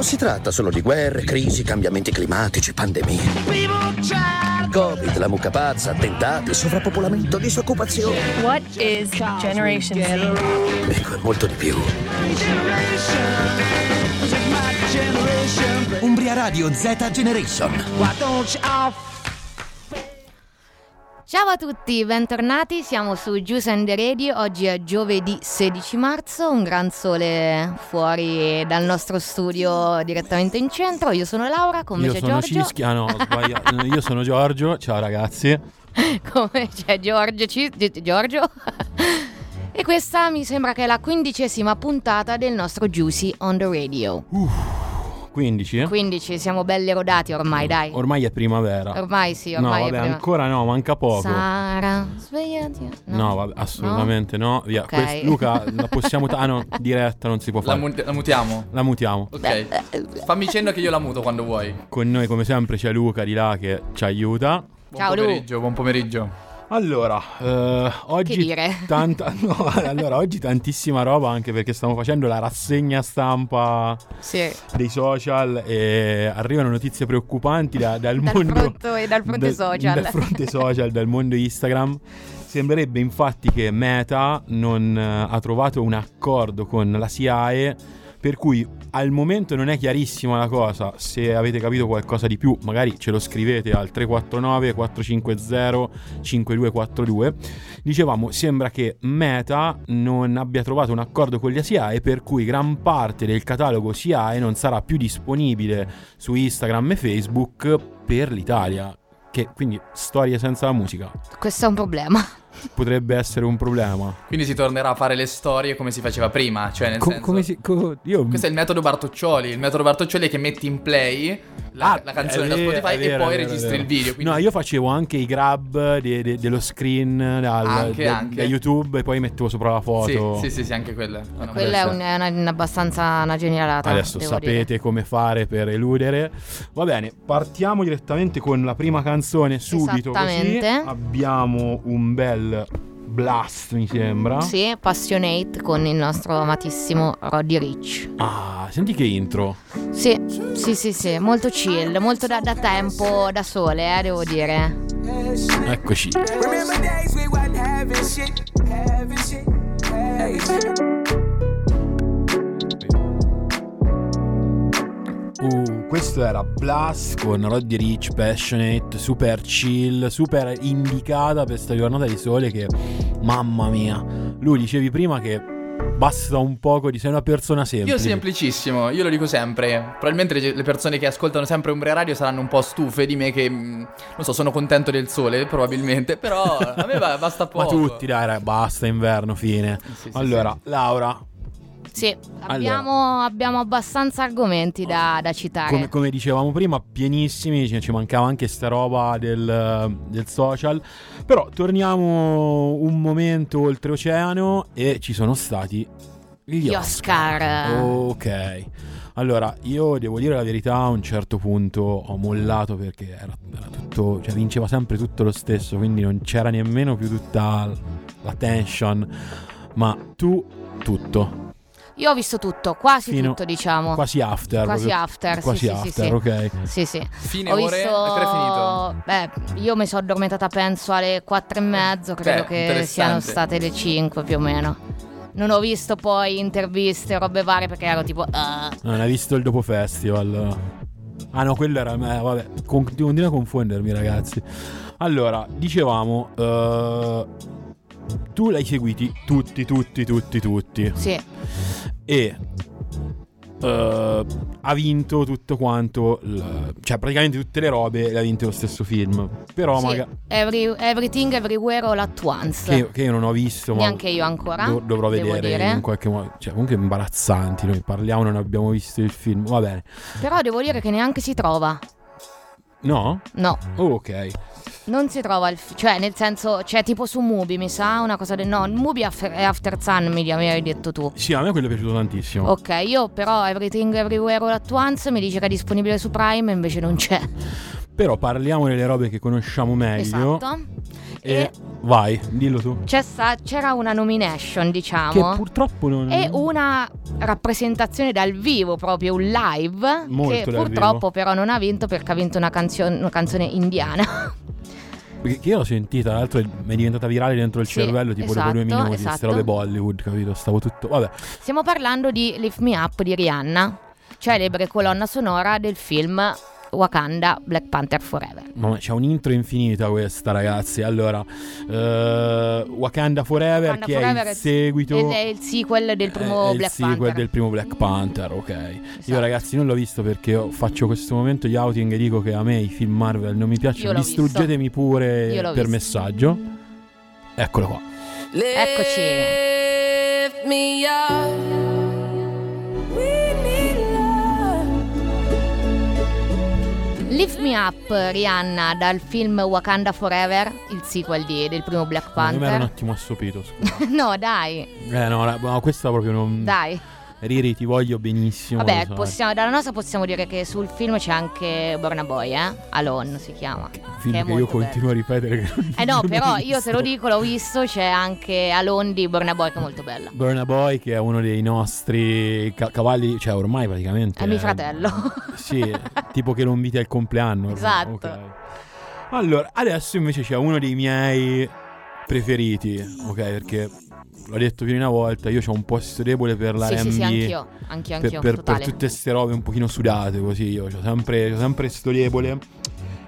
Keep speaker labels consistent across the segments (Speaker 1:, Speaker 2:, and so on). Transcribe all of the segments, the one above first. Speaker 1: si tratta solo di guerre, crisi, cambiamenti climatici, pandemie. Covid, la mucca pazza, attentati, sovrappopolamento, disoccupazione.
Speaker 2: What is Generation Z?
Speaker 1: Ecco, è molto di più.
Speaker 3: Umbria Radio Z Generation.
Speaker 4: Ciao a tutti, bentornati, siamo su Juice and the Radio, oggi è giovedì 16 marzo, un gran sole fuori dal nostro studio direttamente in centro, io sono Laura, con me
Speaker 5: Io
Speaker 4: c'è
Speaker 5: sono
Speaker 4: Giorgio,
Speaker 5: Cischia, no, ho sbagliato. Io sono Giorgio, ciao ragazzi.
Speaker 4: come c'è Giorgio, Ci- Gi- Giorgio. e questa mi sembra che è la quindicesima puntata del nostro Juicy on the Radio,
Speaker 5: 15? eh?
Speaker 4: quindi ci siamo belli rodati ormai, dai,
Speaker 5: Ormai è primavera.
Speaker 4: ormai sì, ormai
Speaker 5: no,
Speaker 4: è
Speaker 5: vabbè,
Speaker 4: prima-
Speaker 5: ancora no, manca poco.
Speaker 4: Sara, svegliati.
Speaker 5: No, vabbè, assolutamente no. Via.
Speaker 4: Ok.
Speaker 5: Quest- Luca, la possiamo mutare? Ah, no, diretta non si può
Speaker 6: La,
Speaker 5: fare.
Speaker 6: mu- la mutiamo.
Speaker 5: La mutiamo.
Speaker 4: eh.
Speaker 6: Ok. Fammi cenno che io la muto quando vuoi. Buon
Speaker 5: Con noi, come sempre, c'è Luca di là che ci aiuta.
Speaker 4: Ciao, Lu.
Speaker 6: pomeriggio, buon pomeriggio.
Speaker 5: Allora, eh, oggi.
Speaker 4: Che dire?
Speaker 5: Tanta, no, allora, oggi tantissima roba anche perché stiamo facendo la rassegna stampa
Speaker 4: Sì.
Speaker 5: dei social e arrivano notizie preoccupanti da- dal,
Speaker 4: Dal
Speaker 5: mondo
Speaker 4: fronte- e dal fronte social.
Speaker 5: dal fronte social, dal mondo Instagram sembrerebbe infatti che Meta non eh, ha trovato un accordo con la SIAE per cui al momento non è chiarissima la cosa se avete capito qualcosa di più magari ce lo scrivete al 349 450 5242 dicevamo sembra che Meta non abbia trovato un accordo con gli SIAE per cui gran parte del catalogo SIAE non sarà più disponibile su Instagram e Facebook per l'Italia che quindi storie senza la musica
Speaker 4: Questo è un problema.
Speaker 5: potrebbe essere un problema
Speaker 6: Quindi si tornerà a fare le storie come si faceva prima, cioè nel
Speaker 5: Co-
Speaker 6: senso...
Speaker 5: come si co- io
Speaker 6: Questo è il metodo Bartoccioli. Il metodo Bartoccioli è che metti in play la,
Speaker 5: Ah,
Speaker 6: la canzone
Speaker 5: è
Speaker 6: da
Speaker 5: vero,
Speaker 6: Spotify
Speaker 5: è vero,
Speaker 6: e poi
Speaker 5: è vero,
Speaker 6: registri
Speaker 5: è vero.
Speaker 6: il video. Quindi
Speaker 5: No, io facevo anche i grab de- de- dello screen dal-
Speaker 6: Anche,
Speaker 5: da-
Speaker 6: anche.
Speaker 5: da YouTube e poi mettevo sopra la foto.
Speaker 6: Sì, sì, sì, sì, anche quella. è una
Speaker 4: Quella è,
Speaker 5: Adesso-
Speaker 4: un- è una, una abbastanza una genialata.
Speaker 5: Adesso
Speaker 4: devo
Speaker 5: sapete
Speaker 4: dire.
Speaker 5: come fare per eludere. Va bene, partiamo direttamente con la prima canzone subito. Così
Speaker 4: Esattamente.
Speaker 5: abbiamo un bel blast, mi sembra.
Speaker 4: Sì, Passionate con il nostro amatissimo Roddy Rich.
Speaker 5: Ah, senti che intro.
Speaker 4: Sì, sì, sì, sì, molto chill, molto da, da tempo, da sole, eh, devo dire.
Speaker 5: Eccoci.
Speaker 7: Remember days we wasn't having shit, having shit, having shit.
Speaker 5: Uh, questo era Blast con Roddy Rich, Passionate, super chill, super indicata per questa giornata di sole che, mamma mia. Lui dicevi prima che basta un poco di sei una persona semplice.
Speaker 6: Io semplicissimo, io lo dico sempre. Probabilmente le, le persone che ascoltano sempre Umbria Radio saranno un po' stufe di me che mh, non so, sono contento del sole, probabilmente, però Oh, a me va- basta
Speaker 5: Ma
Speaker 6: poco.
Speaker 5: tutti, dai, dai, basta, inverno, fine.
Speaker 6: sì, sì.
Speaker 5: allora, Laura,
Speaker 4: Sì, abbiamo, abbiamo abbastanza argomenti da, da citare.
Speaker 5: come, come dicevamo prima, pienissimi, ci, ci mancava anche sta roba del, del social. Però torniamo un momento oltreoceano e ci sono stati gli,
Speaker 4: Gli Oscar.
Speaker 5: Ok. Allora, io devo dire la verità, a un certo punto ho mollato perché era, era tutto, cioè vinceva sempre tutto lo stesso, quindi non c'era nemmeno più tutta la tension. Ma tu tutto.
Speaker 4: Io ho visto tutto, quasi
Speaker 5: Fino-
Speaker 4: tutto, diciamo.
Speaker 5: Quasi after.
Speaker 4: Quasi
Speaker 5: proprio.
Speaker 4: after, sì,
Speaker 5: Quasi
Speaker 4: sì, sì,
Speaker 5: after,
Speaker 4: sì.
Speaker 5: ok.
Speaker 4: Sì, sì.
Speaker 6: Fine
Speaker 4: ho
Speaker 6: ore,
Speaker 4: visto...
Speaker 6: a che ora è finito? Eh,
Speaker 4: Beh, io mi sono addormentata penso alle 4 e mezzo, credo
Speaker 6: Beh,
Speaker 4: che
Speaker 6: interessante.
Speaker 4: siano state le 5 più o meno. Non ho visto poi interviste, robe varie perché ero tipo... "Ah".
Speaker 5: Non hai visto il dopo festival? Ah no, quello era me, vabbè, con- continua a confondermi ragazzi. Allora, dicevamo, eh, tu l'hai seguiti tutti, tutti, tutti, tutti.
Speaker 4: Sì,
Speaker 5: E eh, ha vinto tutto quanto, l- cioè praticamente tutte le robe le ha vinte lo stesso film. Però
Speaker 4: sì.
Speaker 5: magari...
Speaker 4: Every- everything, everywhere, all at once.
Speaker 5: Che, che io non ho visto, ma
Speaker 4: Neanche io ancora,
Speaker 5: dov- dovrò
Speaker 4: devo
Speaker 5: vedere
Speaker 4: dire.
Speaker 5: in qualche modo. Cioè, comunque imbarazzanti. Noi parliamo, non abbiamo visto il film. Va bene,
Speaker 4: Però devo dire che neanche si trova.
Speaker 5: no?
Speaker 4: No,
Speaker 5: Oh, ok.
Speaker 4: non si trova il... fi- cioè, nel senso, c'è tipo su Mubi, mi sa, una cosa del... No, Mubi è After- è After Sun, mi, mi hai detto tu.
Speaker 5: Sì, a me quello è piaciuto tantissimo.
Speaker 4: Ok, io però Everything Everywhere All At Once mi dice che è disponibile su Prime e invece non c'è.
Speaker 5: Però parliamo delle robe che conosciamo meglio.
Speaker 4: Esatto.
Speaker 5: E,
Speaker 4: E
Speaker 5: vai, dillo tu.
Speaker 4: c'è sta- c'era una nomination,
Speaker 5: Che
Speaker 4: diciamo.
Speaker 5: purtroppo non.
Speaker 4: e una rappresentazione dal vivo, proprio un live,
Speaker 5: Molto
Speaker 4: che
Speaker 5: dal
Speaker 4: purtroppo
Speaker 5: vivo.
Speaker 4: però non ha vinto perché ha vinto una, canzio- una canzone indiana.
Speaker 5: Perché che io l'ho sentita, tra l'altro è diventata virale dentro il
Speaker 4: Sì,
Speaker 5: cervello, tipo dopo
Speaker 4: esatto,
Speaker 5: due minuti. Queste
Speaker 4: esatto.
Speaker 5: robe Bollywood, capito? Stavo tutto. Vabbè,
Speaker 4: Stiamo parlando di Lift Me Up di Rihanna, celebre colonna sonora del film Wakanda Black Panther Forever.
Speaker 5: ma c'è un'intro infinita questa, ragazzi. Allora, eh, Wakanda Forever,
Speaker 4: Wakanda
Speaker 5: che
Speaker 4: Forever è
Speaker 5: è il
Speaker 4: il-
Speaker 5: seguito. Eh,
Speaker 4: Ed è il sequel del primo
Speaker 5: È- è il
Speaker 4: Black
Speaker 5: sequel
Speaker 4: Panther. Mm.
Speaker 5: del primo Black Panther, ok. Io
Speaker 4: Esatto.
Speaker 5: ragazzi non l'ho visto perché io faccio questo momento di outing e dico che a me i film Marvel non mi
Speaker 4: Io
Speaker 5: piacciono,
Speaker 4: l'ho
Speaker 5: distruggetemi pure
Speaker 4: Io l'ho
Speaker 5: per
Speaker 4: visto.
Speaker 5: messaggio. Eccolo qua.
Speaker 4: Eccoci.
Speaker 8: Lift me up. We need love.
Speaker 4: Lift Me Up Rihanna dal film Wakanda Forever, il sequel di- del primo Black
Speaker 5: Secondo me era un
Speaker 4: Panther.
Speaker 5: attimo assopito, scusa.
Speaker 4: No, dai,
Speaker 5: eh no, la- no, questa proprio non...
Speaker 4: dai.
Speaker 5: Riri, ti voglio benissimo.
Speaker 4: Vabbè,
Speaker 5: lo eh. sai.
Speaker 4: possiamo- dalla nostra possiamo dire che sul film c'è anche Borna Boy, eh? Alon si chiama.
Speaker 5: Film
Speaker 4: che è
Speaker 5: che, io
Speaker 4: molto
Speaker 5: continuo a ripetere che non
Speaker 4: Eh no,
Speaker 5: l'ho
Speaker 4: però
Speaker 5: mai
Speaker 4: io te lo
Speaker 5: visto.
Speaker 4: dico, l'ho visto, c'è anche Alon di Borna Boy che è molto bella.
Speaker 5: Burna Boy che è uno dei nostri ca- cavalli, cioè ormai praticamente...
Speaker 4: È mio
Speaker 5: eh,
Speaker 4: fratello.
Speaker 5: Sì, tipo che lo inviti al compleanno. ormai,
Speaker 4: Esatto.
Speaker 5: ok. Allora, adesso invece c'è uno dei miei preferiti, ok? Perché l'ho detto più di una volta, io ho un posto debole per la
Speaker 4: sì, sì, sì,
Speaker 5: R&B,
Speaker 4: anch'io. Anch'io,
Speaker 5: per,
Speaker 4: anch'io.
Speaker 5: per- per
Speaker 4: totale.
Speaker 5: tutte queste robe un pochino sudate così, io ho sempre, c'ho sempre sto debole.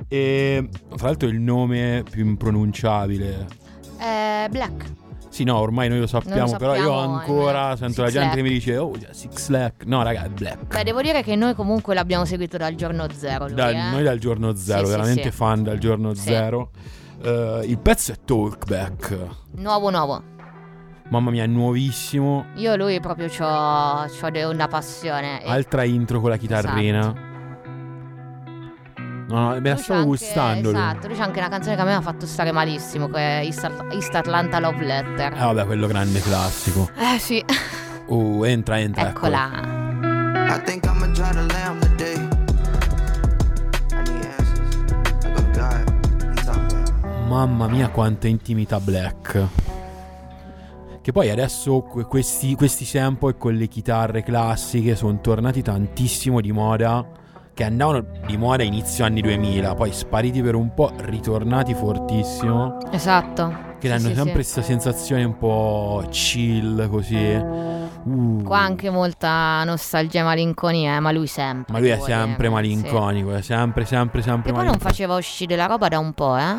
Speaker 5: E tra l'altro il nome più impronunciabile
Speaker 4: Eh, Black.
Speaker 5: sì, no, ormai noi lo sappiamo, però io
Speaker 4: sappiamo,
Speaker 5: ancora
Speaker 4: ehm, Six
Speaker 5: sento la gente che
Speaker 4: Flags.
Speaker 5: mi dice, oh, Six Lack. No, raga, è black.
Speaker 4: Beh, devo dire che noi comunque l'abbiamo seguito dal giorno zero. Lui,
Speaker 5: Dal-
Speaker 4: eh.
Speaker 5: Noi dal giorno zero,
Speaker 4: Sì, sì,
Speaker 5: veramente
Speaker 4: sì.
Speaker 5: fan dal giorno
Speaker 4: Sì.
Speaker 5: zero. Eh, il pezzo è Talkback.
Speaker 4: Nuovo, nuovo.
Speaker 5: Mamma mia, nuovissimo.
Speaker 4: Io e lui proprio c'ho, c'ho de- una passione. E
Speaker 5: Altra intro con la chitarrina. No, no, me
Speaker 4: Esatto. lui
Speaker 5: la
Speaker 4: c'ha
Speaker 5: stavo
Speaker 4: anche-
Speaker 5: gustando. lui.
Speaker 4: Esatto, lui c'ha anche una canzone che a me ha fatto stare malissimo, che è East, At- East Atlanta Love Letter.
Speaker 5: Eh, vabbè, quello grande classico.
Speaker 4: Eh sì,
Speaker 5: Oh, entra, entra. eccolo.
Speaker 4: eccola.
Speaker 9: I think I'ma try to lamb today. I need answers. Like I'm God. He talking about.
Speaker 5: Mamma mia, quanta intimità black. Che poi adesso que- questi, questi sample con le chitarre classiche sono tornati tantissimo di moda. Che andavano di moda inizio anni 2000, poi spariti per un po', ritornati fortissimo.
Speaker 4: Esatto. Sì,
Speaker 5: Che danno
Speaker 4: sì,
Speaker 5: sempre
Speaker 4: sì.
Speaker 5: questa sensazione un po' chill, così. Uh,
Speaker 4: Qua anche molta nostalgia e malinconia, eh, ma lui sempre.
Speaker 5: Uh. Ma lui è
Speaker 4: devo
Speaker 5: sempre
Speaker 4: dire,
Speaker 5: malinconico, è sempre, sempre,
Speaker 4: sì. Che
Speaker 5: sempre
Speaker 4: eh, poi non
Speaker 5: malinconico.
Speaker 4: faceva uscire la roba da un po', eh?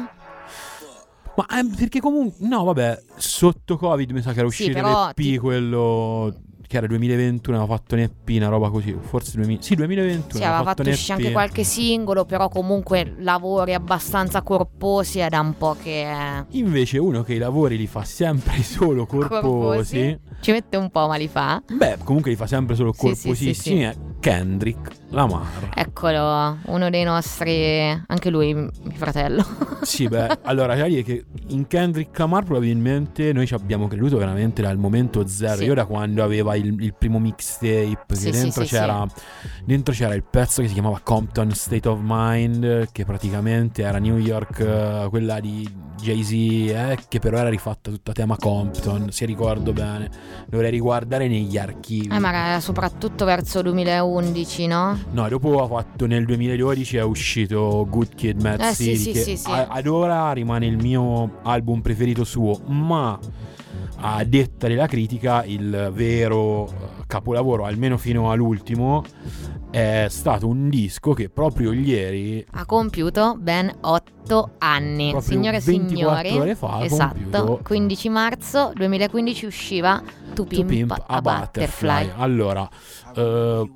Speaker 5: Ma ehm, perché comunque. No, vabbè, sotto Covid mi sa che era
Speaker 4: Sì,
Speaker 5: uscito
Speaker 4: però
Speaker 5: l'EP,
Speaker 4: ti-
Speaker 5: quello. Che era 2021, aveva fatto un EP, una roba così. Forse 2000... Sì, 2021.
Speaker 4: Sì, aveva fatto
Speaker 5: un
Speaker 4: uscire
Speaker 5: EP.
Speaker 4: anche qualche singolo, però comunque lavori abbastanza corposi è da un po' che
Speaker 5: Invece uno che i lavori li fa sempre solo corposi.
Speaker 4: Corposi. ci mette un po' ma li fa.
Speaker 5: Beh, comunque li fa sempre solo
Speaker 4: Sì, sì,
Speaker 5: corposissimi. È Kendrick Lamar.
Speaker 4: Eccolo, uno dei nostri, anche lui, mio fratello.
Speaker 5: Sì, beh, allora la verità è che in Kendrick Lamar probabilmente noi ci abbiamo creduto veramente dal momento zero.
Speaker 4: Sì.
Speaker 5: Io da quando aveva il, il primo mixtape, che
Speaker 4: Sì, sì,
Speaker 5: dentro,
Speaker 4: sì,
Speaker 5: c'era, dentro c'era il pezzo che si chiamava Compton State of Mind, che praticamente era New York, eh, quella di Jay-Z, eh, che però era rifatta tutta a tema Compton, se ricordo bene. Dovrei riguardare negli archivi.
Speaker 4: Eh, ma era soprattutto verso 2011, no?
Speaker 5: No, dopo ha fatto nel 2012 è uscito Good Kid Mad
Speaker 4: Eh,
Speaker 5: City
Speaker 4: sì, sì,
Speaker 5: che
Speaker 4: sì, sì.
Speaker 5: a- ad ora rimane il mio album preferito suo, ma a detta della critica il vero eh, capolavoro, almeno fino all'ultimo, è stato un disco che proprio ieri,
Speaker 4: Ha compiuto ben 8 anni.
Speaker 5: proprio
Speaker 4: Signore e
Speaker 5: 24
Speaker 4: signori.
Speaker 5: ore fa, ha
Speaker 4: Esatto,
Speaker 5: compiuto
Speaker 4: 15 marzo 2015 usciva To
Speaker 5: To
Speaker 4: Pimp,
Speaker 5: Pimp a Butterfly. Allora, eh,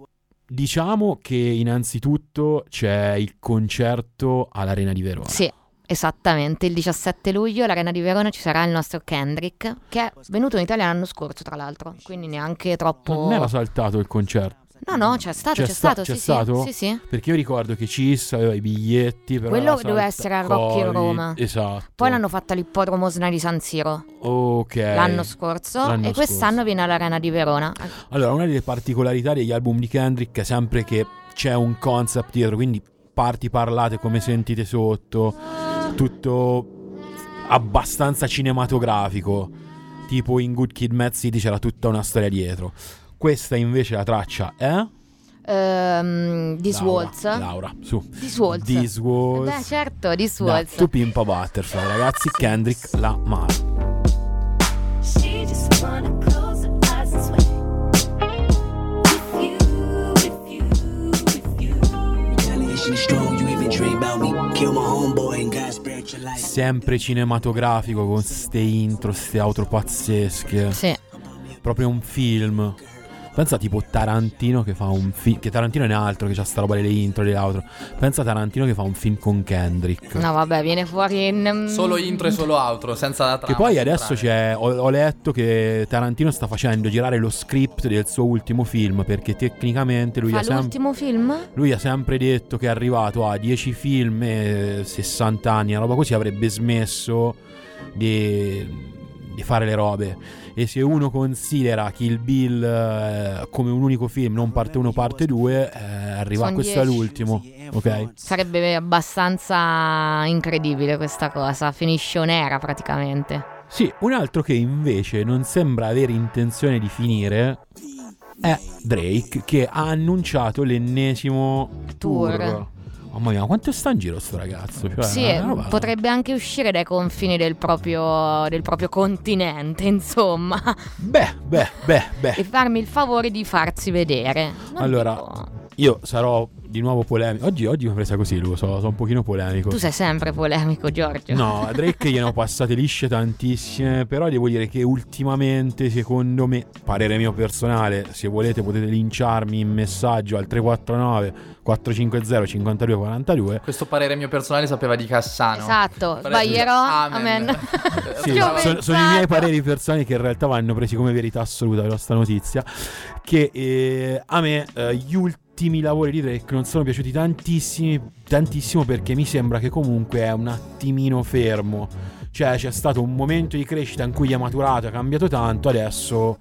Speaker 5: diciamo che innanzitutto c'è il concerto all'Arena di Verona.
Speaker 4: Sì, esattamente. Il 17 luglio all'Arena di Verona ci sarà il nostro Kendrick, che è venuto in Italia l'anno scorso, tra l'altro. Quindi neanche troppo.
Speaker 5: Non era saltato il concerto.
Speaker 4: No, no, c'è stato,
Speaker 5: C'è
Speaker 4: c'è,
Speaker 5: sta-
Speaker 4: stato,
Speaker 5: c'è
Speaker 4: sì, sì,
Speaker 5: stato?
Speaker 4: Sì, sì.
Speaker 5: Perché io ricordo che Cis aveva i biglietti. Però
Speaker 4: Quello
Speaker 5: la salta-
Speaker 4: doveva essere al Rock in
Speaker 5: Covid,
Speaker 4: Roma.
Speaker 5: Esatto.
Speaker 4: Poi l'hanno fatta all'ippodromo Osna di San Siro
Speaker 5: Ok.
Speaker 4: l'anno scorso
Speaker 5: Eh, L'anno
Speaker 4: e quest'anno
Speaker 5: scorso.
Speaker 4: viene all'Arena di Verona.
Speaker 5: Allora, una delle particolarità degli album di Kendrick è sempre che c'è un concept dietro, quindi parti parlate come sentite sotto, tutto abbastanza cinematografico, tipo in Good Kid Mad City c'era tutta una storia dietro. Questa invece la traccia è...
Speaker 4: Ehm, This
Speaker 5: Laura,
Speaker 4: Waltz.
Speaker 5: Laura, su.
Speaker 4: This Waltz.
Speaker 5: This Waltz.
Speaker 4: Beh, certo, This
Speaker 5: da
Speaker 4: Waltz.
Speaker 5: Tu Pimpa Butterfly, ragazzi, Kendrick Lamar.
Speaker 10: She just wanna close her eyes and sway. With you, with you, with you.
Speaker 11: Retaliation is strong, you even dream about me. Kill my homeboy and God spared your life.
Speaker 5: sempre cinematografico con ste intro, ste outro pazzesche.
Speaker 4: Sì.
Speaker 5: Proprio un film. Pensa tipo Tarantino che fa un film. Che Tarantino è un altro che c'ha sta roba delle intro, delle outro. Pensa Tarantino che fa un film con Kendrick.
Speaker 4: No, vabbè, viene fuori in... mm,
Speaker 6: Solo intro e solo outro, senza la
Speaker 5: Che
Speaker 6: trama.
Speaker 5: poi adesso c'è. Ho, ho letto che Tarantino sta facendo girare lo script del suo ultimo film. Perché tecnicamente lui
Speaker 4: Fa
Speaker 5: ha sempre.
Speaker 4: l'ultimo film?
Speaker 5: Lui ha sempre detto che è arrivato a 10 film e 60 anni, una roba così avrebbe smesso di, di fare le robe. E se uno considera Kill Bill eh, come un unico film, non parte 1, parte 2, arriva,
Speaker 4: Son
Speaker 5: questo è
Speaker 4: 10.
Speaker 5: l'ultimo. Ok?
Speaker 4: Sarebbe abbastanza incredibile questa cosa. Finisce un'era praticamente.
Speaker 5: Sì, un altro che invece non sembra avere intenzione di finire è Drake che ha annunciato l'ennesimo tour. Oh,
Speaker 4: Tour.
Speaker 5: Mamma mia, ma quanto sta in giro sto ragazzo? Cioè,
Speaker 4: sì, eh,
Speaker 5: è una roba-
Speaker 4: potrebbe anche uscire dai confini del proprio, del proprio continente, insomma.
Speaker 5: Beh, beh, beh, beh.
Speaker 4: E farmi il favore di farsi vedere. Non
Speaker 5: allora,
Speaker 4: dico-
Speaker 5: io sarò di nuovo polemico. Oggi, oggi mi ho presa così, lo so, sono un pochino polemico.
Speaker 4: Tu sei sempre polemico, Giorgio.
Speaker 5: No, a Drake gliene ho passate lisce tantissime, però devo dire che ultimamente, secondo me, parere mio personale, se volete potete linciarmi in messaggio al 349 450 5242.
Speaker 6: Questo parere mio personale sapeva di Cassano.
Speaker 4: Esatto,
Speaker 6: Parere-
Speaker 4: sbaglierò.
Speaker 6: Amen.
Speaker 4: Amen.
Speaker 5: Sì,
Speaker 4: Ci ho
Speaker 5: sono- sono, i miei
Speaker 4: pensato.
Speaker 5: pareri personali che in realtà vanno presi come verità assoluta questa notizia. Che eh, a me eh, gli ultimi lavori di Drake non sono piaciuti tantissimi, tantissimo perché mi sembra che comunque è un attimino fermo. Cioè c'è stato un momento di crescita in cui è maturato, ha cambiato tanto, adesso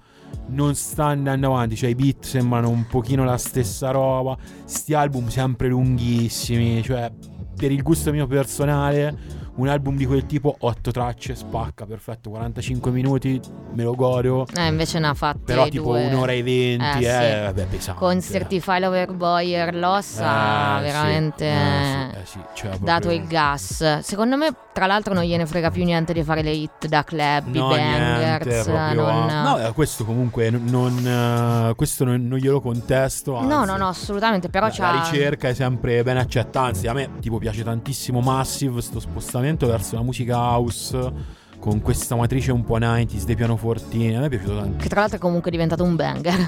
Speaker 5: non sta andando avanti, cioè i beat sembrano un pochino la stessa roba, sti album sempre lunghissimi, cioè per il gusto mio personale un album di quel tipo 8 tracce spacca, perfetto, 45 minuti, me lo godo.
Speaker 4: Eh, invece ne ha fatte
Speaker 5: Però
Speaker 4: due.
Speaker 5: tipo un'ora e venti, eh,
Speaker 4: sì.
Speaker 5: vabbè, pesante.
Speaker 4: Con Certify Lover Boy e Lossa,
Speaker 5: Eh, sì,
Speaker 4: veramente...
Speaker 5: eh, sì, eh, sì, cioè, proprio-
Speaker 4: dato il gas. Secondo me, tra l'altro, non gliene frega più niente di fare le hit da club, i
Speaker 5: No,
Speaker 4: bangers.
Speaker 5: niente, proprio,
Speaker 4: non-
Speaker 5: ah. No, eh, questo comunque n- non, eh, questo non, non glielo contesto. Anzi,
Speaker 4: no, no, no, assolutamente. Però
Speaker 5: La,
Speaker 4: c'ha.
Speaker 5: la ricerca è sempre ben accetta. Anzi, a me tipo piace tantissimo Massive, sto spostamento verso la musica house. Con questa matrice un po' 90s dei pianofortini, a me è piaciuto tanto.
Speaker 4: Che tra l'altro è comunque diventato un banger.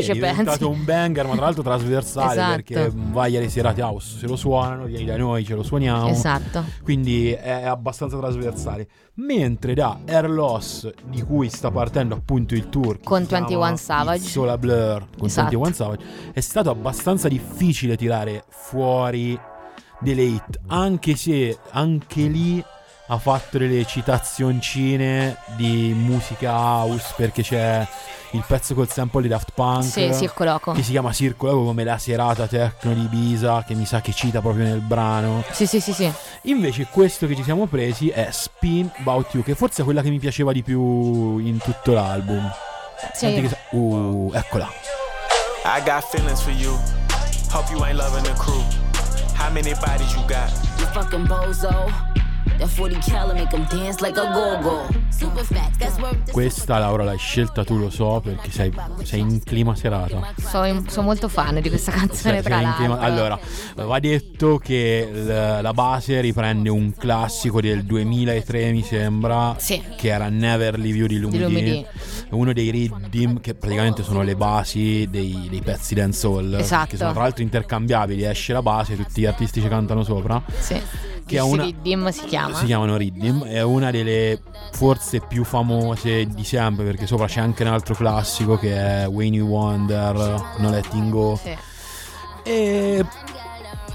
Speaker 4: Se
Speaker 5: è
Speaker 4: ci
Speaker 5: diventato
Speaker 4: pensi.
Speaker 5: un banger, ma tra l'altro trasversale
Speaker 4: Esatto.
Speaker 5: perché vai alle serate house, se lo suonano, vieni da noi, ce lo suoniamo.
Speaker 4: Esatto.
Speaker 5: Quindi è abbastanza trasversale. Mentre da Airloss, di cui sta partendo appunto il tour che
Speaker 4: Con
Speaker 5: si chiama
Speaker 4: 21 Savage.
Speaker 5: It's All a Blur, con
Speaker 4: Esatto.
Speaker 5: 21 Savage, è stato abbastanza difficile tirare fuori delle hit, anche se anche lì ha fatto delle citazioncine di musica house perché c'è il pezzo col sample di Daft Punk
Speaker 4: Sì, circoloco.
Speaker 5: che si chiama Circolo come la serata techno di Ibiza che mi sa che cita proprio nel brano
Speaker 4: Sì, sì, sì, sì.
Speaker 5: invece questo che ci siamo presi è Spin About You che forse è quella che mi piaceva di più in tutto l'album
Speaker 12: Sì.
Speaker 5: Senti che sa- uh, eccola
Speaker 12: I got feelings for you. Hope you ain't loving the crew. How many bodies you got?
Speaker 13: You fucking bozo. That 40 cal make him dance like a go-go. Super facts, that's where
Speaker 5: questa Laura l'hai scelta tu lo so perché sei, sei in clima serata
Speaker 4: Sono molto fan di questa canzone,
Speaker 5: Cioè,
Speaker 4: tra
Speaker 5: in
Speaker 4: l'altro.
Speaker 5: tema- allora, va detto che l- la base riprende un classico del 2003, mi sembra,
Speaker 4: Sì.
Speaker 5: che era Never Leave You di Lumidi,
Speaker 4: Lumidi.
Speaker 5: uno dei riddim che praticamente sono le basi dei, dei pezzi dancehall,
Speaker 4: Esatto.
Speaker 5: che sono tra l'altro intercambiabili, esce la base, tutti gli artisti ci cantano sopra,
Speaker 4: Sì.
Speaker 5: che ha
Speaker 4: Dizzy
Speaker 5: una...
Speaker 4: Riddim si chiama.
Speaker 5: Si chiamano Riddim, è una delle forse più famose di sempre perché sopra c'è anche un altro classico che è When You Wonder, No Letting Go.
Speaker 4: Sì.
Speaker 5: E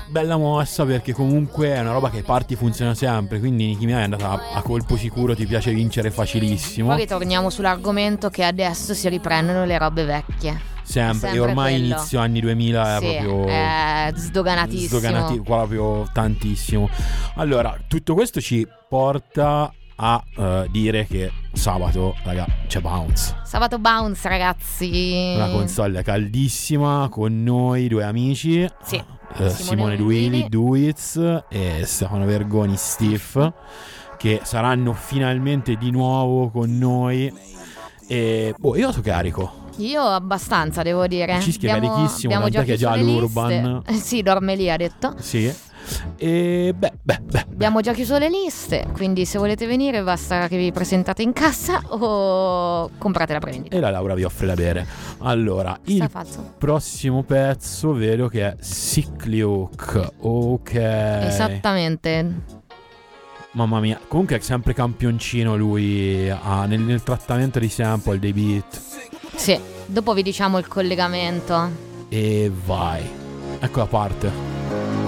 Speaker 5: bella mossa perché comunque è una roba che ai parti funziona sempre, quindi Nicki Minaj è andata a- a colpo sicuro, ti piace vincere facilissimo.
Speaker 4: Poi ritorniamo sull'argomento che adesso si riprendono le robe vecchie.
Speaker 5: Sempre, e ormai
Speaker 4: quello.
Speaker 5: inizio anni 2000
Speaker 4: Sì,
Speaker 5: è proprio
Speaker 4: è sdoganatissimo.
Speaker 5: sdoganati proprio tantissimo. Allora, tutto questo ci porta a eh, dire che sabato, raga, c'è Bounce.
Speaker 4: Sabato Bounce, ragazzi.
Speaker 5: Una console caldissima con noi, due amici.
Speaker 4: Sì.
Speaker 5: Eh, Simone Duili, Duiz e Stefano Vergoni, Steve, che saranno finalmente di nuovo con noi. E boh, io sono carico.
Speaker 4: Io abbastanza, devo dire.
Speaker 5: Ci schia
Speaker 4: Abbiamo-
Speaker 5: carichissimo,
Speaker 4: abbiamo
Speaker 5: tant'è che
Speaker 4: giochi
Speaker 5: già
Speaker 4: sulle
Speaker 5: all'Urban-
Speaker 4: liste. Sì, dorme lì, ha detto.
Speaker 5: Sì. E beh, beh, beh.
Speaker 4: Abbiamo già chiuso le liste, quindi se volete venire basta che vi presentate in cassa o comprate la prevendita.
Speaker 5: E la Laura vi offre da bere. Allora, il
Speaker 4: falso.
Speaker 5: prossimo pezzo vedo che è Sikliuk. Ok.
Speaker 4: Esattamente.
Speaker 5: Mamma mia, comunque è sempre campioncino lui ah, nel, nel trattamento di sample dei beat.
Speaker 4: Sì, dopo vi diciamo il collegamento.
Speaker 5: E vai. Ecco la parte.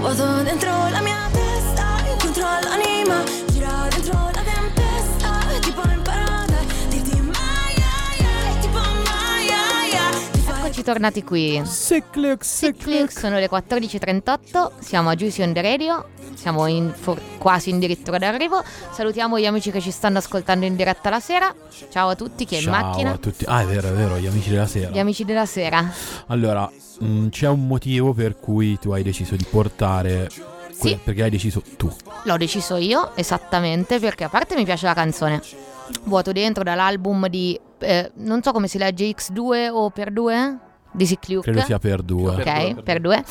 Speaker 10: Vado dentro la mia testa, incontro l'anima Gira dentro la tempesta, tipo in parata Dirti mai, ai, ai, tipo mai, ai, ai Ti fai
Speaker 4: Eccoci tornati qui. Sicliuk, sono le 14.38, siamo a Juicy on the Radio, siamo in for- quasi addirittura d'arrivo. Salutiamo gli amici che ci stanno ascoltando in diretta la sera. Ciao a tutti, chi è in
Speaker 5: Ciao
Speaker 4: macchina?
Speaker 5: a tutti. Ah, è vero, è vero, gli amici della sera.
Speaker 4: Gli amici della sera.
Speaker 5: Allora, mh, c'è un motivo per cui tu hai deciso di portare. que- Perché hai deciso tu.
Speaker 4: L'ho deciso io esattamente perché a parte mi piace la canzone. Vuoto dentro dall'album di eh, non so come si legge X2 o per 2 di Sicliuk.
Speaker 5: Credo sia per due.
Speaker 4: Ok, per 2.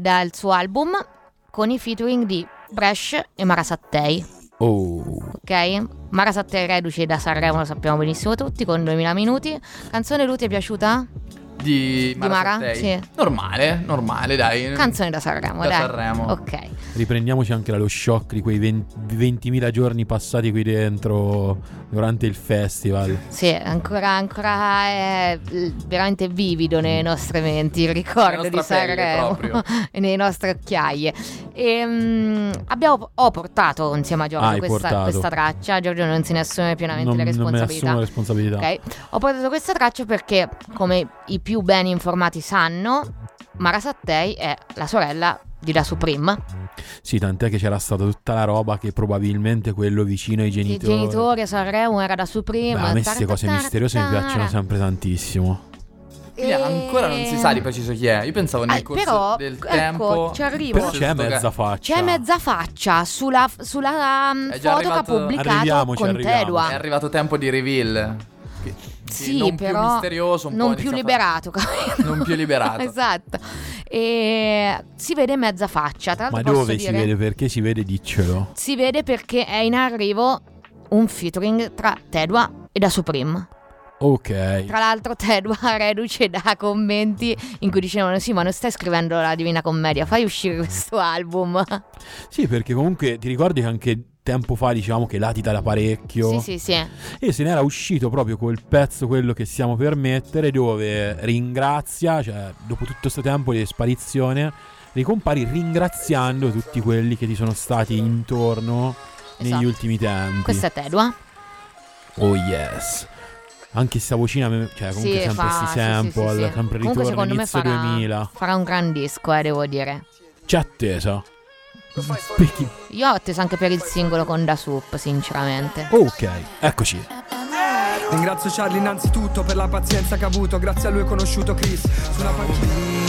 Speaker 4: dal suo album con i featuring di Bresh e Mara Sattei.
Speaker 5: Oh.
Speaker 4: Ok? Mara Sattei reduce da Sanremo, lo sappiamo benissimo tutti, con 2000 minuti. Canzone lui ti è piaciuta?
Speaker 6: Di Mara,
Speaker 4: Mara?
Speaker 6: Sattei?
Speaker 4: Sì.
Speaker 6: Normale, normale, dai.
Speaker 4: Canzone da Sanremo,
Speaker 6: Da
Speaker 4: dai.
Speaker 6: Sanremo.
Speaker 4: Ok.
Speaker 5: Riprendiamoci anche dallo shock di quei 20 20.000 giorni passati qui dentro durante il festival.
Speaker 4: Sì, ancora, ancora è l- veramente vivido nelle nostre menti il ricordo
Speaker 6: Nella
Speaker 4: di
Speaker 6: nostra pelle
Speaker 4: Sanremo
Speaker 6: proprio.
Speaker 4: e nelle nostre occhiaie. Ehm, abbiamo, ho portato insieme a
Speaker 5: Ah, hai
Speaker 4: Giorgio questa,
Speaker 5: portato.
Speaker 4: questa traccia. Giorgio non si ne assume pienamente
Speaker 5: Non,
Speaker 4: le
Speaker 5: non me ne
Speaker 4: responsabilità.
Speaker 5: assumo la responsabilità.
Speaker 4: Ok? Ho portato questa traccia perché, come i più ben informati sanno, Mara Sattei è la sorella di La Supreme.
Speaker 5: Sì, tant'è che c'era stata tutta la roba che probabilmente quello vicino ai
Speaker 4: I
Speaker 5: genitori.
Speaker 4: genitori a Sanremo era La
Speaker 5: Beh,
Speaker 4: Supreme.
Speaker 5: a me queste cose
Speaker 4: Tartatara.
Speaker 5: misteriose mi piacciono sempre tantissimo.
Speaker 6: Quindi ancora non si sa di preciso chi è. Io pensavo nel
Speaker 4: Ah,
Speaker 6: corso
Speaker 4: però,
Speaker 6: del
Speaker 4: ecco,
Speaker 6: tempo.
Speaker 4: ci arrivo.
Speaker 5: Però c'è mezza faccia.
Speaker 4: C'è mezza faccia sulla, sulla um,
Speaker 6: È già
Speaker 4: foto che ha
Speaker 6: arrivato-
Speaker 4: pubblicato con Tedua.
Speaker 6: È arrivato tempo di reveal. Che-
Speaker 4: Sì,
Speaker 6: non più
Speaker 4: però
Speaker 6: misterioso, un po'
Speaker 4: non più
Speaker 6: inizia a
Speaker 4: liberato. capito?
Speaker 6: fare- non più liberato.
Speaker 4: esatto. E si vede mezza faccia. Tra
Speaker 5: Ma
Speaker 4: l'altro posso
Speaker 5: dove si
Speaker 4: dire-
Speaker 5: vede? Perché si vede? Diccelo.
Speaker 4: Si vede perché è in arrivo un featuring tra Tedua e da Supreme.
Speaker 5: Ok.
Speaker 4: Tra l'altro Tedua reduce da commenti in cui dicevano sì ma non stai scrivendo la Divina Commedia, fai uscire questo album.
Speaker 5: Sì, perché comunque ti ricordi che anche tempo fa diciamo che latita da parecchio.
Speaker 4: Sì, sì, sì.
Speaker 5: E se n'era uscito proprio col pezzo quello che stiamo per mettere, dove ringrazia, cioè dopo tutto questo tempo di sparizione, ricompari ringraziando tutti quelli che ti sono stati intorno negli
Speaker 4: Esatto.
Speaker 5: ultimi tempi.
Speaker 4: Questa è Tedua.
Speaker 5: Oh yes. Anche sta vocina, me- cioè comunque
Speaker 4: Sì,
Speaker 5: sempre
Speaker 4: fa-
Speaker 5: sti
Speaker 4: sì, sì,
Speaker 5: sample,
Speaker 4: sì, sì.
Speaker 5: sempre
Speaker 4: Comunque,
Speaker 5: ritorno
Speaker 4: secondo me
Speaker 5: inizio
Speaker 4: farà-
Speaker 5: 2000.
Speaker 4: Farà un gran disco, eh, devo dire.
Speaker 5: C'è attesa. Perché-
Speaker 4: Io ho atteso anche per il singolo con Da Sup, sinceramente.
Speaker 5: Ok, eccoci.
Speaker 14: Ringrazio Charlie innanzitutto per la pazienza che ha avuto, grazie a lui ho conosciuto Chris sulla panchina.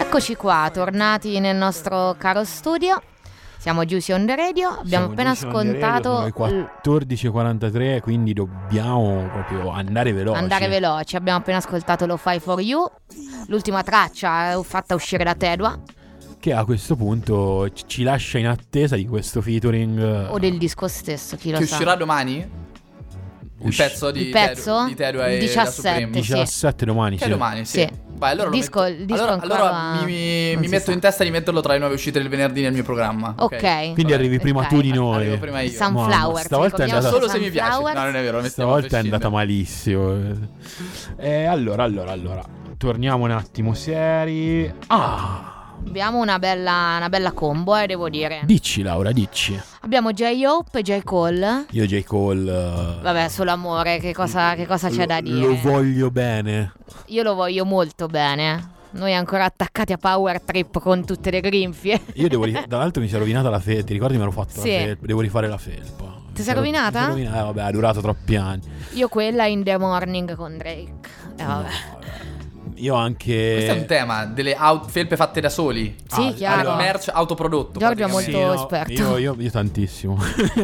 Speaker 4: Eccoci qua, tornati nel nostro caro studio. Siamo Juicy on the Radio, abbiamo
Speaker 5: Siamo
Speaker 4: appena
Speaker 5: giusti on the radio,
Speaker 4: ascoltato
Speaker 5: sono
Speaker 4: l-
Speaker 5: le 14.43, quindi dobbiamo proprio andare veloci.
Speaker 4: Andare veloci, abbiamo appena ascoltato Lo Fai For You, l'ultima traccia eh, fatta uscire da Tedua
Speaker 5: Che a questo punto ci- ci lascia in attesa di questo featuring. eh,
Speaker 4: o del disco stesso, chi lo
Speaker 6: Che
Speaker 4: sa.
Speaker 6: uscirà domani?
Speaker 5: eh,
Speaker 6: Il pezzo di
Speaker 4: Il pezzo?
Speaker 6: Teru- di Teru e la
Speaker 4: 17,
Speaker 6: Supreme.
Speaker 4: sì.
Speaker 5: 17 domani.
Speaker 6: Che
Speaker 5: sì.
Speaker 6: è domani, sì.
Speaker 4: Sì.
Speaker 6: Vai, allora
Speaker 4: il
Speaker 6: lo
Speaker 4: disco, il disco
Speaker 6: allora,
Speaker 4: ancora
Speaker 6: allora mi,
Speaker 4: non
Speaker 6: mi
Speaker 4: si
Speaker 6: metto
Speaker 4: sa.
Speaker 6: in testa di metterlo tra le nuove uscite del venerdì nel mio programma.
Speaker 4: Ok.
Speaker 5: Quindi arrivi prima
Speaker 4: Ok.
Speaker 5: tu di noi.
Speaker 6: Arrivo prima io.
Speaker 4: Sunflower,
Speaker 5: Mamma,
Speaker 4: ci
Speaker 5: stavolta è
Speaker 4: ricordiamo
Speaker 5: andata,
Speaker 6: Solo se mi piace. No,
Speaker 4: Sunflower.
Speaker 6: non è vero. mi stiamo
Speaker 5: stavolta è
Speaker 6: facendo.
Speaker 5: andata malissimo. Eh, allora, allora, allora. Torniamo un attimo seri. Ah!
Speaker 4: Abbiamo una bella, una bella combo, eh, devo dire.
Speaker 5: Dici Laura, dici.
Speaker 4: Abbiamo J-Hope e J. Cole.
Speaker 5: Io J. Cole... eh,
Speaker 4: Vabbè, sull'amore, che cosa, che cosa c'è
Speaker 5: lo-
Speaker 4: da dire?
Speaker 5: Lo voglio bene.
Speaker 4: Io lo voglio molto bene. Noi ancora attaccati a Power Trip con tutte le grinfie.
Speaker 5: Io devo... Ri- tra l'altro mi si è rovinata la felpa, ti ricordi me l'ho fatta
Speaker 4: Sì.
Speaker 5: la felpa? Devo rifare la felpa.
Speaker 4: Ti sei rovinata?
Speaker 5: Mi si è rovinata, eh, vabbè, ha durato troppi anni.
Speaker 4: Io quella in The Morning con Drake. Eh, vabbè.
Speaker 5: Io anche...
Speaker 6: Questo è un tema delle out- felpe fatte da soli.
Speaker 4: Sì, Ah, chiaro.
Speaker 6: Al merch autoprodotto.
Speaker 4: Giorgio è
Speaker 6: praticamente.
Speaker 4: molto esperto.
Speaker 5: Io, io- io tantissimo.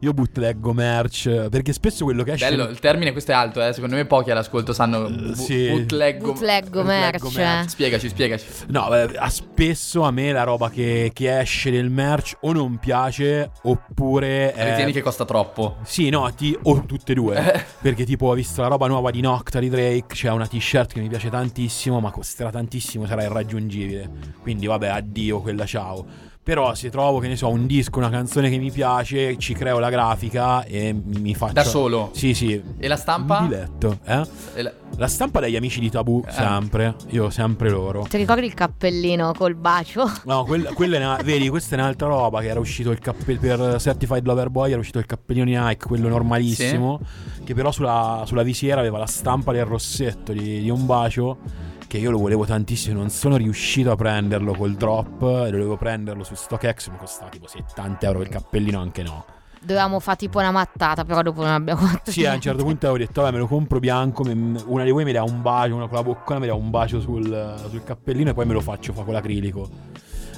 Speaker 5: io bootleggo merch. Perché spesso quello che esce.
Speaker 6: Bello, il termine questo è alto, eh. secondo me pochi all'ascolto sanno bu-
Speaker 5: Eh, sì.
Speaker 6: bootleg,
Speaker 4: Bootleggo merch. eh.
Speaker 6: Spiegaci, spiegaci.
Speaker 5: No, eh, a- spesso a me la roba che, che esce del merch o non piace oppure. eh,
Speaker 6: Ritieni che costa troppo.
Speaker 5: Sì, no, ti, o tutte e due. perché, tipo, ho visto la roba nuova di Nocta di Drake. C'è una t-shirt che mi piace tantissimo, ma costerà tantissimo, sarà irraggiungibile. Quindi, vabbè, addio quella, ciao. Però, se trovo, che ne so, un disco, una canzone che mi piace, ci creo la grafica e mi mi faccio.
Speaker 6: Da solo?
Speaker 5: Cioè, Sì, sì.
Speaker 6: E la stampa? Eh.
Speaker 5: Mi diletto, eh?
Speaker 6: E la-
Speaker 5: La stampa degli amici di Tabù, sempre. Io sempre loro.
Speaker 4: Ti ricordi il cappellino col bacio?
Speaker 5: No, quella, quella è una, vedi, questa è un'altra roba che era uscito il cappellino per Certified Lover Boy, era uscito il cappellino Nike, quello normalissimo, che però sulla, sulla visiera aveva la stampa del rossetto di, di un bacio che io lo volevo tantissimo, non sono riuscito a prenderlo col drop e dovevo prenderlo su StockX, mi costava tipo 70 euro il cappellino anche no.
Speaker 4: Dovevamo fare tipo una mattata, però dopo non abbiamo fatto
Speaker 5: Sì, a un certo punto avevo detto, vabbè, me lo compro bianco, me- una di voi mi dà un bacio, una con la boccona mi dà un bacio sul, sul cappellino e poi me lo faccio fa con l'acrilico.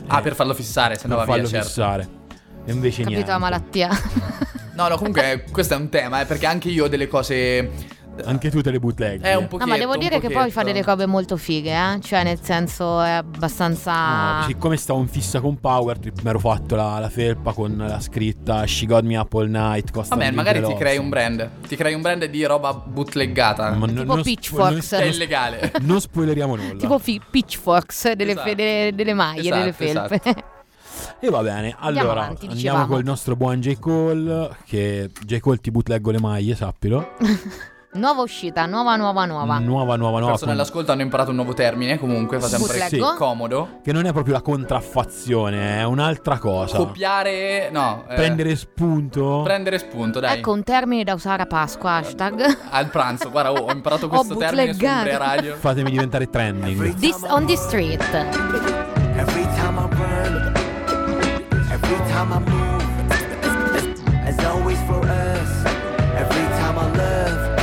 Speaker 6: Ah, per farlo fissare, se no va
Speaker 5: per
Speaker 6: via,
Speaker 5: farlo
Speaker 6: certo.
Speaker 5: fissare. E invece
Speaker 4: Capito la
Speaker 5: niente.
Speaker 4: malattia?
Speaker 6: No, no, comunque eh, questo è un tema, eh, perché anche io ho delle cose...
Speaker 5: Anche tu te le eh. bootleg.
Speaker 6: È un
Speaker 4: No,
Speaker 6: pochetto,
Speaker 4: ma devo
Speaker 6: un
Speaker 4: dire che poi fa
Speaker 6: pochetto.
Speaker 4: delle robe molto fighe, eh? Cioè, nel senso, è abbastanza.
Speaker 5: No, siccome stavo in fissa con Power Trip, mi ero fatto la, la felpa con la scritta She Got Me Up All Night. Costa
Speaker 6: Vabbè,
Speaker 5: un
Speaker 6: magari ti
Speaker 5: Lindelof.
Speaker 6: crei un brand. Ti crei un brand di roba bootleggata.
Speaker 5: Ma non- Tipo non spo- Pitchforks.
Speaker 6: È illegale.
Speaker 5: Non spoileriamo nulla.
Speaker 4: Tipo fi- pitchforks delle, fe- delle- delle maglie,
Speaker 5: Esatto,
Speaker 4: delle felpe.
Speaker 5: E va bene, allora
Speaker 4: avanti,
Speaker 5: andiamo
Speaker 4: dicevamo.
Speaker 5: col nostro buon J. Cole. Che J. Cole ti bootleggo le maglie, sappilo.
Speaker 4: nuova uscita, nuova, nuova, nuova.
Speaker 5: Nuova, nuova,
Speaker 6: Le
Speaker 5: nuova.
Speaker 6: persone all'ascolto hanno imparato un nuovo termine, comunque fa sempre
Speaker 4: Bootleggo?
Speaker 6: sì. comodo.
Speaker 5: Che non è proprio la contraffazione, è un'altra cosa.
Speaker 6: Copiare, no. eh,
Speaker 5: Prendere spunto.
Speaker 6: prendere spunto, dai.
Speaker 4: Ecco un termine da usare a Pasqua, hashtag.
Speaker 6: Al pranzo, guarda, oh, ho imparato
Speaker 4: Ho
Speaker 6: questo termine su
Speaker 4: bootleggato.
Speaker 6: Umbria Radio.
Speaker 5: Fatemi diventare trending.
Speaker 4: This on the street.
Speaker 7: Every time I run, every time I move, as always for us. Every time I love,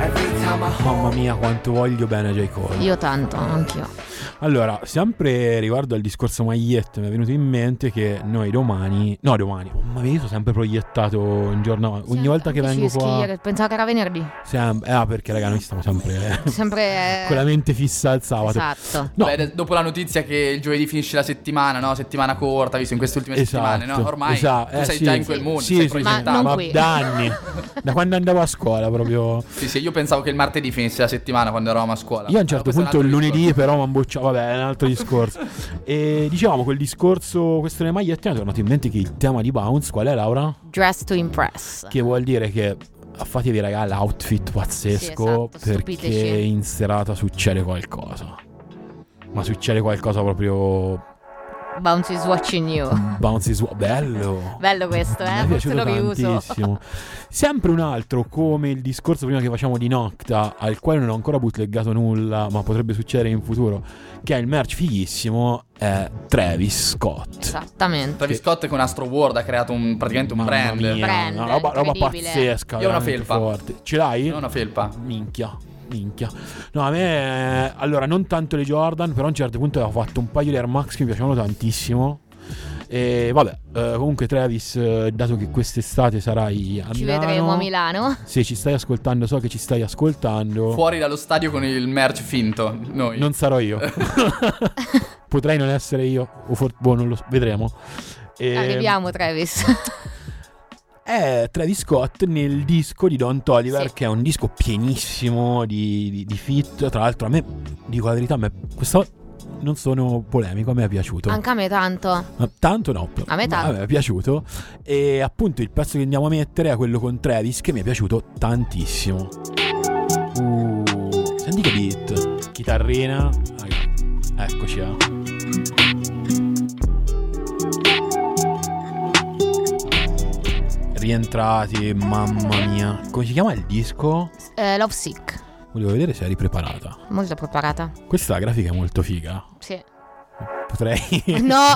Speaker 7: every time I
Speaker 5: Mamma mia, quanto voglio bene J. Cole.
Speaker 4: Io tanto, anch'io.
Speaker 5: Allora, sempre riguardo al discorso magliette, mi è venuto in mente che noi domani. No, domani. Mamma mia, io sono sempre proiettato in giornata. Ogni volta che vengo
Speaker 4: Fischi,
Speaker 5: qua.
Speaker 4: ieri, Pensavo che era venerdì.
Speaker 5: sem- eh, ah, perché, raga, noi stiamo sempre. eh,
Speaker 4: Sempre. eh,
Speaker 5: con la mente fissa al sabato.
Speaker 4: Esatto.
Speaker 6: Beh, de- dopo la notizia che il giovedì finisce la settimana, no? Settimana corta, visto in queste ultime settimane, no? Ormai
Speaker 5: Esatto. esa-
Speaker 6: tu
Speaker 5: eh,
Speaker 6: sei
Speaker 5: sì.
Speaker 6: già in quel mondo,
Speaker 5: Sì,
Speaker 6: sei
Speaker 5: sì, sì,
Speaker 6: proiettato.
Speaker 4: non
Speaker 5: ma
Speaker 4: qui.
Speaker 5: da anni. da quando andavo a scuola proprio.
Speaker 6: Sì, sì, io pensavo che il martedì finisse la settimana quando eravamo a scuola.
Speaker 5: Io a un certo
Speaker 6: Questo è
Speaker 5: punto il
Speaker 6: altro
Speaker 5: lunedì
Speaker 6: discorso.
Speaker 5: però mi han bocciato, vabbè è un altro discorso. e dicevamo quel discorso, questo delle magliette, mi è tornato in mente che il tema di Bounce qual è Laura?
Speaker 4: Dress to impress.
Speaker 5: Che vuol dire che fatevi raga l'outfit
Speaker 4: Sì,
Speaker 5: pazzesco
Speaker 4: esatto,
Speaker 5: perché
Speaker 4: stupiteci.
Speaker 5: in serata succede qualcosa. Ma succede qualcosa proprio
Speaker 4: Bouncy is watching you.
Speaker 5: bouncy swap, bello.
Speaker 4: Bello questo,
Speaker 5: Mi
Speaker 4: eh? Forse
Speaker 5: è piaciuto
Speaker 4: lo riuso.
Speaker 5: tantissimo. Sempre un altro, come il discorso prima che facciamo di Nocta, al quale non ho ancora bootleggato nulla, ma potrebbe succedere in futuro, che è il merch fighissimo, è Travis Scott.
Speaker 4: Esattamente.
Speaker 6: Travis Scott con Astro World ha creato un- praticamente un brand.
Speaker 5: Mia, una roba, roba
Speaker 4: incredibile.
Speaker 5: pazzesca.
Speaker 6: Io ho una
Speaker 5: veramente
Speaker 6: felpa.
Speaker 5: Forte. Ce l'hai?
Speaker 6: Io ho una felpa.
Speaker 5: Minchia. Minchia. No, a me. eh, Allora, non tanto le Jordan, però a un certo punto avevo fatto un paio di Air Max che mi piacevano tantissimo. E vabbè, eh, comunque, Travis, eh, dato che quest'estate sarai a
Speaker 4: Ci
Speaker 5: Milano.
Speaker 4: vedremo a Milano.
Speaker 5: Se ci stai ascoltando, so che ci stai ascoltando.
Speaker 6: Fuori dallo stadio con il merch finto. Noi.
Speaker 5: Non sarò io. Potrei non essere io. O for- boh, non lo so. Vedremo. Ehm, E-
Speaker 4: Arriviamo, Travis.
Speaker 5: è Travis Scott nel disco di Don Toliver, che è un disco pienissimo di, di, di fit. Tra l'altro, a me, dico la verità, a me questo non sono polemico, a me è piaciuto.
Speaker 4: Anche a me tanto.
Speaker 5: Ma Tanto no,
Speaker 4: A me
Speaker 5: ma
Speaker 4: tanto.
Speaker 5: è piaciuto. E appunto il pezzo che andiamo a mettere è quello con Travis, che mi è piaciuto tantissimo. Uh, senti che beat, chitarrina. Raga, Eccoci, eh. rientrati, mamma mia. Come si chiama il disco?
Speaker 4: Eh, Love Sick,
Speaker 5: Volevo vedere se eri preparata.
Speaker 4: molto preparata.
Speaker 5: Questa grafica è molto figa.
Speaker 4: Sì.
Speaker 5: Potrei.
Speaker 4: No,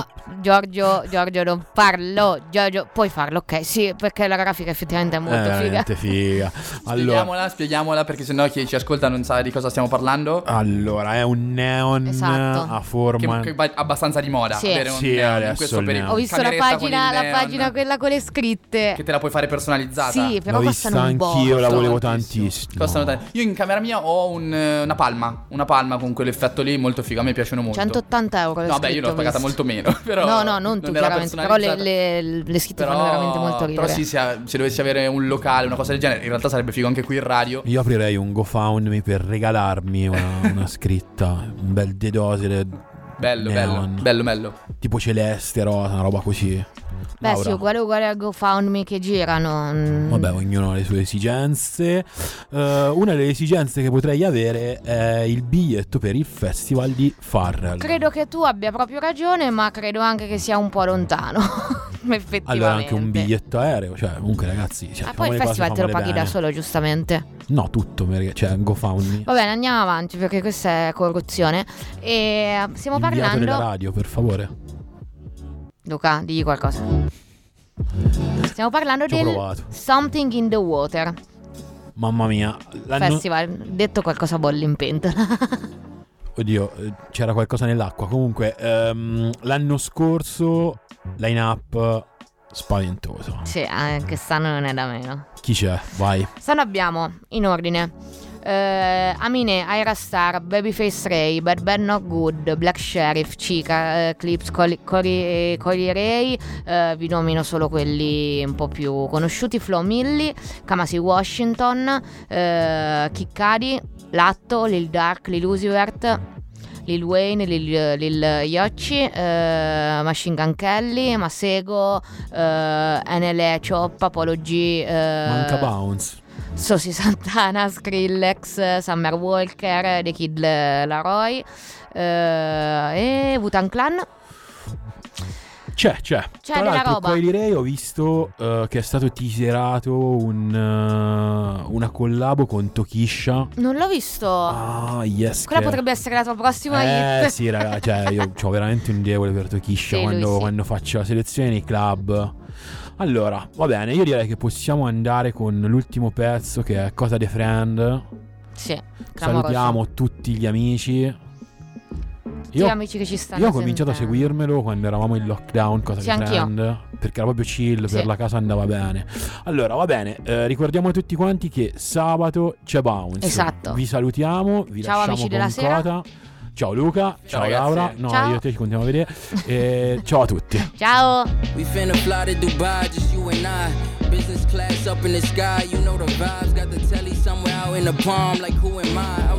Speaker 4: Giorgio, Giorgio, non farlo. Giorgio, puoi farlo, ok? Sì, perché la grafica effettivamente è molto
Speaker 5: è
Speaker 4: figa.
Speaker 5: veramente Eh, figa. Allora,
Speaker 6: Spieghiamola, spieghiamola perché sennò chi ci ascolta non sa di cosa stiamo parlando.
Speaker 5: Ah, allora, è un neon
Speaker 4: Esatto.
Speaker 5: a
Speaker 6: Che,
Speaker 5: forma.
Speaker 6: che va abbastanza di moda.
Speaker 4: Sì.
Speaker 6: avere un
Speaker 5: Sì,
Speaker 6: neon in
Speaker 5: adesso
Speaker 6: questo
Speaker 5: il
Speaker 6: periodo.
Speaker 5: neon.
Speaker 4: Ho visto la
Speaker 6: Cameretta con il
Speaker 4: pagina, la
Speaker 6: neon,
Speaker 4: pagina quella con le scritte.
Speaker 6: Che te la puoi fare personalizzata.
Speaker 4: Sì, però
Speaker 5: L'ho
Speaker 4: costano
Speaker 5: vista
Speaker 4: un
Speaker 5: anch'io, la
Speaker 4: botto.
Speaker 5: volevo tantissimo.
Speaker 6: Costano tanto. Io in camera mia ho un, eh, una palma. Una palma con quell'effetto lì molto figo. A me piacciono molto.
Speaker 4: 180 euro. le
Speaker 6: No, beh, io
Speaker 4: scritte
Speaker 6: l'ho
Speaker 4: ho
Speaker 6: pagata molto
Speaker 4: visto.
Speaker 6: meno. Però
Speaker 4: no, no, non tu,
Speaker 6: era
Speaker 4: chiaramente. Però le,
Speaker 6: personalizzata.
Speaker 4: le, le scritte fanno veramente molto ridere.
Speaker 6: Però sì, se, ha- se dovessi avere un locale, una cosa del genere, in realtà sarebbe figo anche qui in radio.
Speaker 5: Io aprirei un GoFundMe per regalarmi una, una scritta, un bel dedosile.
Speaker 6: Bello,
Speaker 5: neon.
Speaker 6: bello, bello, bello.
Speaker 5: Tipo celeste, rosa, una roba così.
Speaker 4: Beh,
Speaker 5: Laura.
Speaker 4: sì, uguale uguale a GoFundMe che girano. mm.
Speaker 5: Vabbè, ognuno ha le sue esigenze. Eh, una delle esigenze che potrei avere è il biglietto per il festival di Farrell.
Speaker 4: Credo che tu abbia proprio ragione, ma credo anche che sia un po' lontano. Effettivamente.
Speaker 5: Allora, anche un biglietto aereo. Cioè, comunque, ragazzi. Cioè,
Speaker 4: Ah, poi il
Speaker 5: famole cose,
Speaker 4: festival te lo
Speaker 5: famole
Speaker 4: paghi da
Speaker 5: bene.
Speaker 4: solo, giustamente.
Speaker 5: No, tutto, perché- cioè, GoFundMe.
Speaker 4: Va bene, andiamo avanti perché questa è corruzione. E eh, stiamo
Speaker 5: Inviato nella
Speaker 4: parlando.
Speaker 5: radio, per favore.
Speaker 4: Luca, digli qualcosa. Stiamo parlando
Speaker 5: Ci ho
Speaker 4: del
Speaker 5: provato.
Speaker 4: Something in the Water
Speaker 5: Mamma mia. l'hanno-
Speaker 4: Festival. Detto qualcosa bolle in pentola.
Speaker 5: Oddio, eh, c'era qualcosa nell'acqua. Comunque, ehm, l'anno scorso, line-up spaventosa.
Speaker 4: sì, Eh. anche stanno non è da meno.
Speaker 5: Chi c'è? Vai.
Speaker 4: Stanno abbiamo in ordine eh, Amine, Aira Star, Babyface Ray, Bad Bad Not Good, Black Sheriff, Chica, eh, Clips, Coli, Coli, Coli Ray, eh, vi nomino solo quelli un po' più conosciuti, Flo Milli, Kamasi Washington, eh, Kikkadi, Latto, Lil Dark, Lil Usivert, Lil Wayne, Lil, Lil Yocci, eh, Machine Gun Kelly, Masego, eh, NLE, Choppa, Polo G, eh,
Speaker 5: Manca Bounce.
Speaker 4: Sosi Santana, Skrillex, Summer Walker, The Kid Laroi eh, e Wutan Clan.
Speaker 5: C'è, c'è.
Speaker 4: C'è
Speaker 5: Tra
Speaker 4: della
Speaker 5: l'altro,
Speaker 4: roba.
Speaker 5: poi direi ho visto eh, che è stato teaserato un, eh, una collabo con Tokisha.
Speaker 4: Non l'ho visto.
Speaker 5: Ah, yes.
Speaker 4: Oh. Quella
Speaker 5: che-
Speaker 4: potrebbe essere la tua prossima
Speaker 5: eh,
Speaker 4: hit.
Speaker 5: sì, raga, cioè, io ho veramente un debole per
Speaker 4: Sì,
Speaker 5: Tokisha
Speaker 4: lui
Speaker 5: quando,
Speaker 4: sì.
Speaker 5: quando faccio la selezione nei club. Allora, va bene, io direi che possiamo andare con l'ultimo pezzo che è Cosa de Friend.
Speaker 4: Sì, clamoroso.
Speaker 5: Salutiamo tutti gli amici. Io,
Speaker 4: Tutti gli amici che ci stanno.
Speaker 5: io ho cominciato a
Speaker 4: sentendo.
Speaker 5: seguirmelo quando eravamo in lockdown, cosa
Speaker 4: Sì,
Speaker 5: che
Speaker 4: anch'io.
Speaker 5: trend, perché era proprio chill,
Speaker 4: Sì.
Speaker 5: per la casa andava bene. Allora, va bene, eh, ricordiamo a tutti quanti che sabato c'è Bounce.
Speaker 4: Esatto.
Speaker 5: Vi salutiamo, vi
Speaker 4: Ciao,
Speaker 5: lasciamo
Speaker 4: amici
Speaker 5: con
Speaker 4: della sera.
Speaker 5: Cota. Ciao Luca, ciao,
Speaker 6: ragazzi.
Speaker 5: Laura, no
Speaker 4: Ciao.
Speaker 5: io e te ci continuiamo a vedere. E ciao a tutti.
Speaker 4: Ciao.
Speaker 15: We finna fly to Dubai, just you and I. Business class up in the sky, you know the vibes. Got the telly somewhere out in the palm, like who am I? I